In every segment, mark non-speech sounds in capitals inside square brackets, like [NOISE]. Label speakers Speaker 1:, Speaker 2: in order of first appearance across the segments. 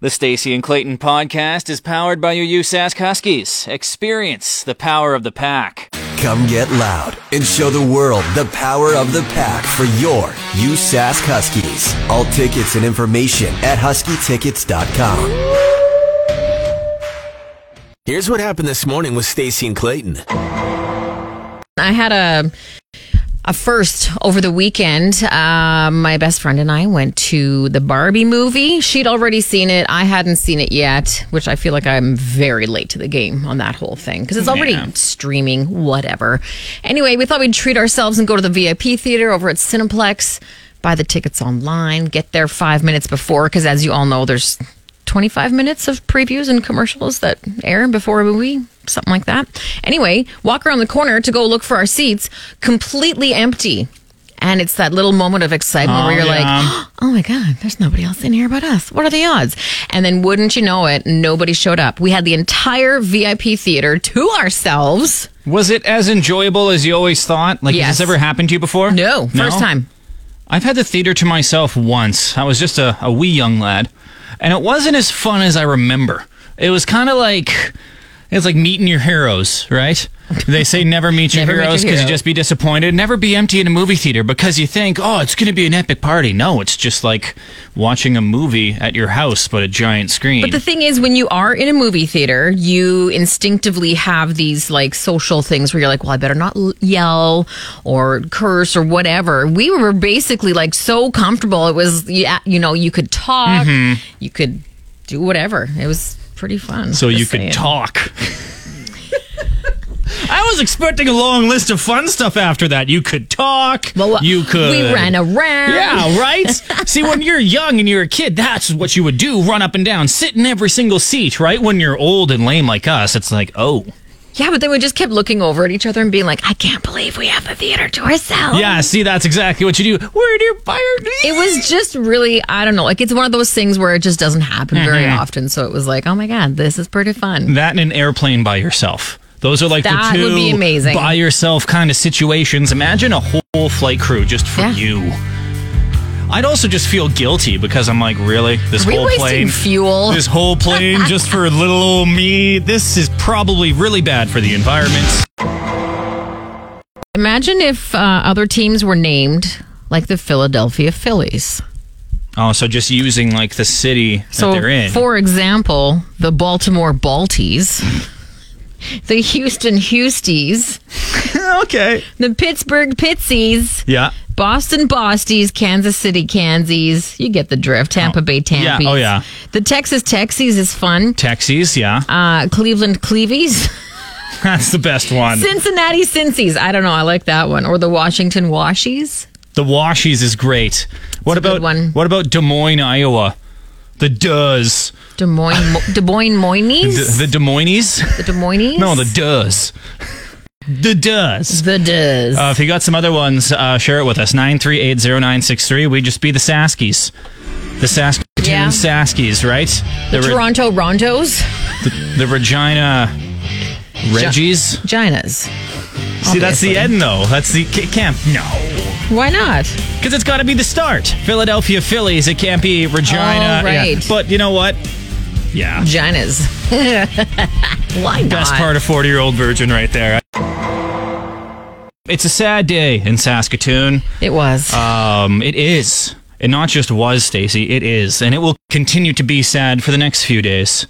Speaker 1: The Stacy and Clayton podcast is powered by your USASC Huskies. Experience the power of the pack.
Speaker 2: Come get loud and show the world the power of the pack for your USASC Huskies. All tickets and information at huskytickets.com.
Speaker 3: Here's what happened this morning with Stacy and Clayton.
Speaker 4: I had a a first over the weekend. Uh, my best friend and I went to the Barbie movie. She'd already seen it. I hadn't seen it yet, which I feel like I'm very late to the game on that whole thing because it's already streaming, whatever. Anyway, we thought we'd treat ourselves and go to the VIP theater over at Cineplex, buy the tickets online, get there five minutes before because, as you all know, there's 25 minutes of previews and commercials that air before a movie, something like that. Anyway, walk around the corner to go look for our seats, completely empty. And it's that little moment of excitement where you're like, [GASPS] oh my God, there's nobody else in here but us. What are the odds? And then wouldn't you know it, nobody showed up. We had the entire VIP theater to ourselves.
Speaker 1: Was it as enjoyable as you always thought? Like, has
Speaker 4: Yes.
Speaker 1: this ever happened to you before?
Speaker 4: No, first time.
Speaker 1: I've had the theater to myself once. I was just a, a wee young lad, and it wasn't as fun as I remember. It was kind of like it's like meeting your heroes, right? They say never meet your
Speaker 4: Never meet your
Speaker 1: heroes because you
Speaker 4: hero.
Speaker 1: just be disappointed. Never be empty in a movie theater because you think, oh, it's going to be an epic party. No, it's just like watching a movie at your house, but a giant screen.
Speaker 4: But the thing is, when you are in a movie theater, you instinctively have these like social things where you're like, well, I better not l- yell or curse or whatever. We were basically like so comfortable. It was, yeah, you know, you could talk,
Speaker 1: Mm-hmm.
Speaker 4: you could do whatever. It was pretty fun.
Speaker 1: so
Speaker 4: just
Speaker 1: you could
Speaker 4: saying.
Speaker 1: talk.
Speaker 4: [LAUGHS]
Speaker 1: I was expecting a long list of fun stuff after that. You could talk.
Speaker 4: Well, uh,
Speaker 1: you could.
Speaker 4: We ran around.
Speaker 1: Yeah, right?
Speaker 4: [LAUGHS]
Speaker 1: See, when you're young and you're a kid, that's what you would do run up and down, sit in every single seat, right? When you're old and lame like us, it's like, oh.
Speaker 4: Yeah, but then we just kept looking over at each other and being like, I can't believe we have the theater to ourselves.
Speaker 1: Yeah, see, that's exactly what you do. Where do you
Speaker 4: Oh. it was just really i don't know like it's one of those things where it just doesn't happen very
Speaker 1: Mhm.
Speaker 4: often so it was like oh my god this is pretty fun
Speaker 1: That in an airplane by yourself. Those are like
Speaker 4: That
Speaker 1: the two
Speaker 4: would be amazing.
Speaker 1: by yourself kind of situations. Imagine a whole flight crew just for
Speaker 4: Yeah.
Speaker 1: you. I'd also just feel guilty because I'm like, really? This
Speaker 4: Are we
Speaker 1: whole
Speaker 4: wasting
Speaker 1: plane
Speaker 4: fuel?
Speaker 1: This whole plane just for little old me. This is probably really bad for the environment.
Speaker 4: imagine if uh, other teams were named like the philadelphia phillies
Speaker 1: Oh, so just using like the city
Speaker 4: so
Speaker 1: that they're in.
Speaker 4: for example the baltimore balties [LAUGHS] the houston housties
Speaker 1: [LAUGHS] okay.
Speaker 4: the pittsburgh pitsies
Speaker 1: Yeah.
Speaker 4: Boston Bosties, Kansas City Kansies, you get the drift. Tampa Bay
Speaker 1: yeah,
Speaker 4: Tampies.
Speaker 1: oh, yeah.
Speaker 4: The Texas Texies is fun.
Speaker 1: Taxis, yeah.
Speaker 4: Uh, Cleveland Cleavies.
Speaker 1: [LAUGHS] That's the best one.
Speaker 4: Cincinnati Cincies. I don't know. I like that one. Or the Washington Washies.
Speaker 1: the Washies is great. What
Speaker 4: a good
Speaker 1: about
Speaker 4: one.
Speaker 1: what about Des Moines, Iowa? The Does. [LAUGHS]
Speaker 4: Des Moines, Mo- Des Moines Moinies.
Speaker 1: The, the Des Moines?
Speaker 4: The Des Moines.
Speaker 1: No, the Does. The Does.
Speaker 4: the Des.
Speaker 1: Uh, if you got some other ones, uh, share it with us. 9380963. We'd just be the Saskies. The Saskatoon
Speaker 4: Yeah.
Speaker 1: Saskies, right? The, Re-
Speaker 4: Toronto Rondos.
Speaker 1: the Regina Reggies.
Speaker 4: Ginas.
Speaker 1: See, that's the
Speaker 4: Obviously.
Speaker 1: end, though. That's the it can't. No,
Speaker 4: Why not?
Speaker 1: because it's got to be the start. Philadelphia Phillies. It can't be Regina.
Speaker 4: Oh, right.
Speaker 1: Yeah. But you know what? Yeah.
Speaker 4: Ginas. [LAUGHS] Why not?
Speaker 1: Best part of forty-year-old virgin, right there. It's a sad day in Saskatoon.
Speaker 4: It was.
Speaker 1: Um, it is. It not just was, Stacy. It is, and it will continue to be sad for the next few days.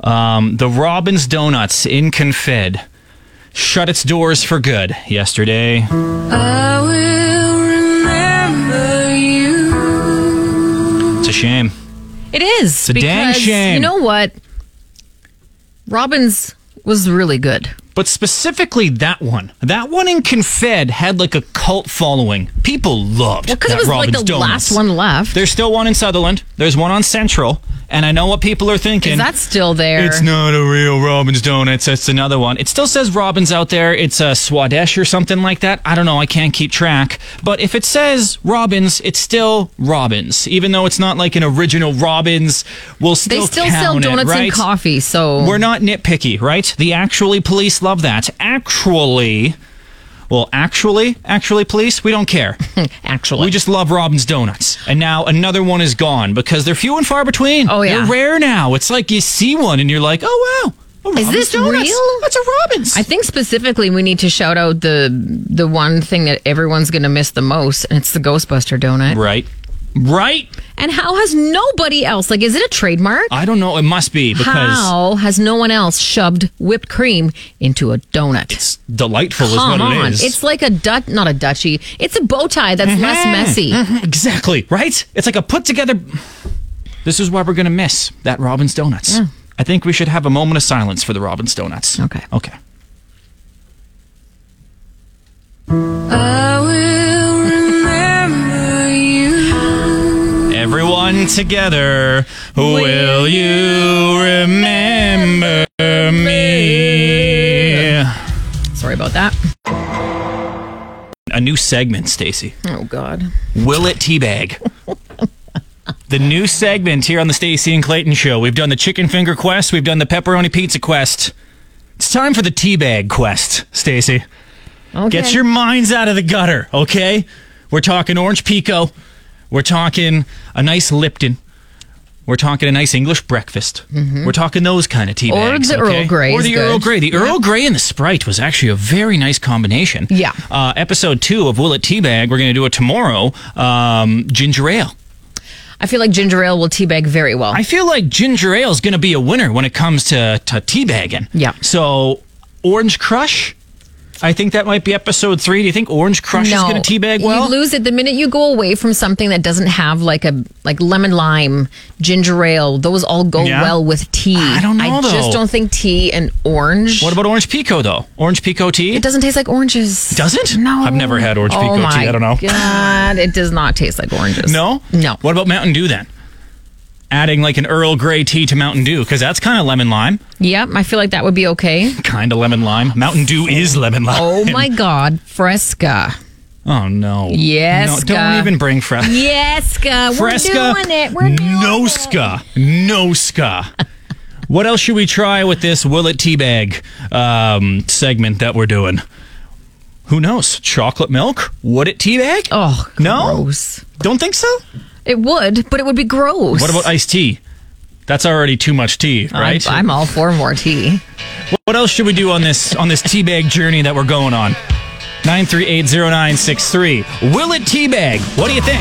Speaker 1: Um, the Robbins Donuts in Confed shut its doors for good yesterday.
Speaker 5: I will remember you.
Speaker 1: It's a shame.
Speaker 4: it is.
Speaker 1: a damn
Speaker 4: because
Speaker 1: shame.
Speaker 4: You know what? Robbins was really good.
Speaker 1: But specifically that one. That one in Confed had like a cult following. People loved
Speaker 4: Well, because
Speaker 1: that
Speaker 4: it was
Speaker 1: Robin's
Speaker 4: like the
Speaker 1: Donuts.
Speaker 4: last one left.
Speaker 1: There's still one in Sutherland. There's one on Central. And I know what people are thinking.
Speaker 4: Is that still there?
Speaker 1: it's not a real Robin's Donuts. That's another one. It still says Robin's out there. It's a Swadesh or something like that. I don't know. I can't keep track. But if it says Robin's, it's still Robin's. Even though it's not like an original Robin's, we'll still
Speaker 4: They still sell
Speaker 1: count it,
Speaker 4: donuts and
Speaker 1: right?
Speaker 4: coffee, so
Speaker 1: We're not nitpicky, right? The actually police love that. Actually, Well, actually, actually, police, we don't care.
Speaker 4: Actually,
Speaker 1: we just love Robin's Donuts. And now another one is gone because they're few and far between.
Speaker 4: Oh, yeah.
Speaker 1: They're rare now. It's like you see one and you're like, oh, wow. a
Speaker 4: Is
Speaker 1: Robin's
Speaker 4: this
Speaker 1: Donuts.
Speaker 4: real?
Speaker 1: That's a Robin's.
Speaker 4: I think specifically we need to shout out the the one thing that everyone's going to miss the most, and it's the Ghostbuster donut.
Speaker 1: right. Right?
Speaker 4: And how has nobody else like? Is it a trademark?
Speaker 1: I don't know. It must be because
Speaker 4: how has no one else shoved whipped cream into a donut?
Speaker 1: it's delightful,
Speaker 4: Come
Speaker 1: is what
Speaker 4: on,
Speaker 1: it is. Mm-hmm.
Speaker 4: it's like a dut, not a duchy. It's a bow tie that's less messy.
Speaker 1: Mm. Exactly, right? It's like a put together. This is why we're going to miss that Robin's Donuts. I think we should have a moment of silence for the Robin's Donuts.
Speaker 4: Okay.
Speaker 1: Okay.
Speaker 5: I will remember you.
Speaker 1: Everyone together, will you remember me?
Speaker 4: Sorry about that.
Speaker 1: A new segment, Stacy.
Speaker 4: Oh God.
Speaker 1: Will it teabag? [LAUGHS] the new segment here on the Stacy and Clayton show. We've done the chicken finger quest, we've done the pepperoni pizza quest. It's time for the teabag quest, Stacy.
Speaker 4: Okay.
Speaker 1: Get your minds out of the gutter, okay? We're talking orange pico. We're talking a nice Lipton. We're talking a nice English breakfast. We're talking those kind of tea
Speaker 4: Mm-hmm. Or
Speaker 1: bags.
Speaker 4: the Earl
Speaker 1: okay?
Speaker 4: Grey
Speaker 1: Or
Speaker 4: is
Speaker 1: the
Speaker 4: good.
Speaker 1: Earl Grey. The Earl Grey and the Sprite was actually a very nice combination.
Speaker 4: Yeah.
Speaker 1: Uh, episode two of Will It Teabag, we're going to do it tomorrow. Um, ginger ale.
Speaker 4: I feel like ginger ale will teabag very well.
Speaker 1: I feel like ginger ale is going to be a winner when it comes to, to teabagging.
Speaker 4: Yeah.
Speaker 1: So, Orange Crush. I think that might be episode three. Do you think Orange Crush is going to teabag well?
Speaker 4: You lose it the minute you go away from something that doesn't have like a like lemon lime, ginger ale. Those all go
Speaker 1: Yeah.
Speaker 4: well with tea.
Speaker 1: I don't know,
Speaker 4: I just
Speaker 1: though.
Speaker 4: don't think tea and orange.
Speaker 1: What about orange pico though? Orange pico tea?
Speaker 4: It doesn't taste like oranges.
Speaker 1: doesn't?
Speaker 4: No.
Speaker 1: I've never had orange
Speaker 4: oh
Speaker 1: pico tea,
Speaker 4: my
Speaker 1: I don't know.
Speaker 4: God, it does not taste like oranges.
Speaker 1: No?
Speaker 4: No.
Speaker 1: What about Mountain Dew then? Adding like an Earl Grey tea to Mountain Dew because that's kind of lemon lime,
Speaker 4: Yep, I feel like that would be okay.
Speaker 1: kind of lemon lime. Mountain Dew is lemon lime.
Speaker 4: Oh my God, Fresca.
Speaker 1: [LAUGHS] Oh no.
Speaker 4: Yes,
Speaker 1: No,
Speaker 4: uh,
Speaker 1: don't even bring Fresca.
Speaker 4: Yesca, we're
Speaker 1: Fresca.
Speaker 4: doing it. We're doing
Speaker 1: no
Speaker 4: it.
Speaker 1: ska. No ska. [LAUGHS] what else should we try with this Will It Teabag um, segment that we're doing? Who knows? Chocolate milk? Would it teabag?
Speaker 4: Oh,
Speaker 1: No?
Speaker 4: gross.
Speaker 1: Don't think so?
Speaker 4: It would, but it would be gross.
Speaker 1: What about iced tea? That's already too much tea, right?
Speaker 4: I'm, I'm all for more tea.
Speaker 1: what else should we do on this on this teabag journey that we're going on? 9380963. Will it teabag? What do you think?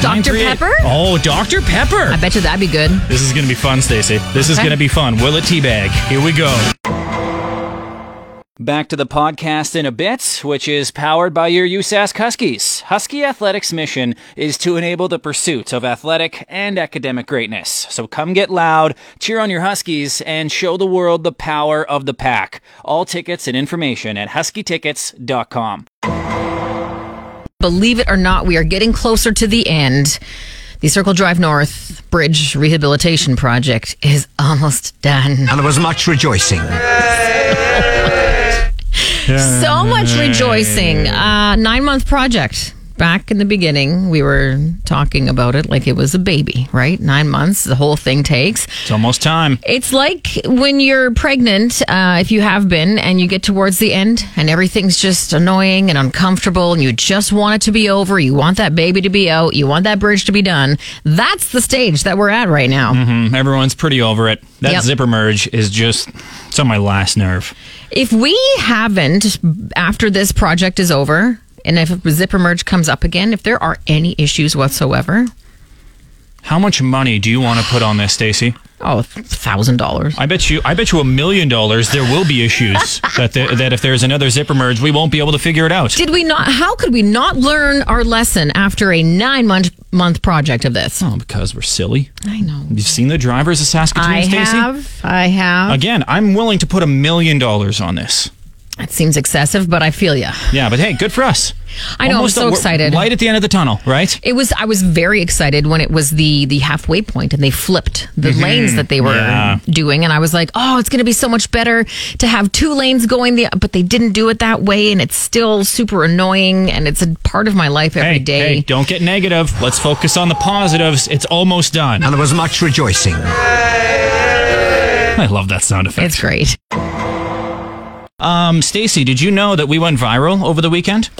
Speaker 4: Dr.
Speaker 1: 938
Speaker 4: Pepper?
Speaker 1: Oh, Dr. Pepper.
Speaker 4: I bet you that'd be good.
Speaker 1: This is going to be fun, Stacy. This is
Speaker 4: Okay.
Speaker 1: going to be fun. Will it teabag? Here we go. Back to the podcast in a bit, which is powered by your USASC Huskies. Husky Athletics' mission is to enable the pursuit of athletic and academic greatness. So come get loud, cheer on your Huskies, and show the world the power of the pack. All tickets and information at huskytickets.com.
Speaker 4: Believe it or not, we are getting closer to the end. The Circle Drive North Bridge Rehabilitation Project is [LAUGHS] almost done.
Speaker 2: And there was much rejoicing.
Speaker 4: So much rejoicing. Uh, nine month project. Back in the beginning, we were talking about it like it was a baby, right? Nine months, the whole thing takes.
Speaker 1: It's almost time.
Speaker 4: It's like when you're pregnant, uh, if you have been, and you get towards the end, and everything's just annoying and uncomfortable, and you just want it to be over. You want that baby to be out. You want that bridge to be done. That's the stage that we're at right now.
Speaker 1: Everyone's pretty over it. That
Speaker 4: Yep.
Speaker 1: zipper merge is just, it's on my last nerve.
Speaker 4: If we haven't, after this project is over, and if Zipper Merge comes up again, if there are any issues whatsoever,
Speaker 1: How much money do you want to put on this, Stacy?
Speaker 4: oh, thousand dollars.
Speaker 1: I bet you, I bet you a million dollars there will be
Speaker 4: [LAUGHS]
Speaker 1: issues that there, that if there's another zipper merge, we won't be able to figure it out.
Speaker 4: Did we not? How could we not learn our lesson after a nine month month project of this?
Speaker 1: Oh, because we're silly.
Speaker 4: I know.
Speaker 1: You've seen the drivers of Saskatoon,
Speaker 4: I
Speaker 1: Stacy.
Speaker 4: have. I have.
Speaker 1: Again, I'm willing to put a million dollars on this.
Speaker 4: That seems excessive, but I feel you.
Speaker 1: Yeah, but hey, good for us.
Speaker 4: I know, I'm so
Speaker 1: we're-
Speaker 4: excited.
Speaker 1: Light at the end of the tunnel, right?
Speaker 4: It was. I was very excited when it was the the halfway point and they flipped the lanes that they were
Speaker 1: Yeah.
Speaker 4: doing, and I was like, "Oh, it's going to be so much better to have two lanes going the." But they didn't do it that way, and it's still super annoying, and it's a part of my life every
Speaker 1: hey,
Speaker 4: day.
Speaker 1: hey, don't get negative. Let's focus on the positives. It's almost done.
Speaker 2: And there was much rejoicing.
Speaker 1: I love that sound effect.
Speaker 4: It's great.
Speaker 1: Um, Stacy, did you know that we went viral over the weekend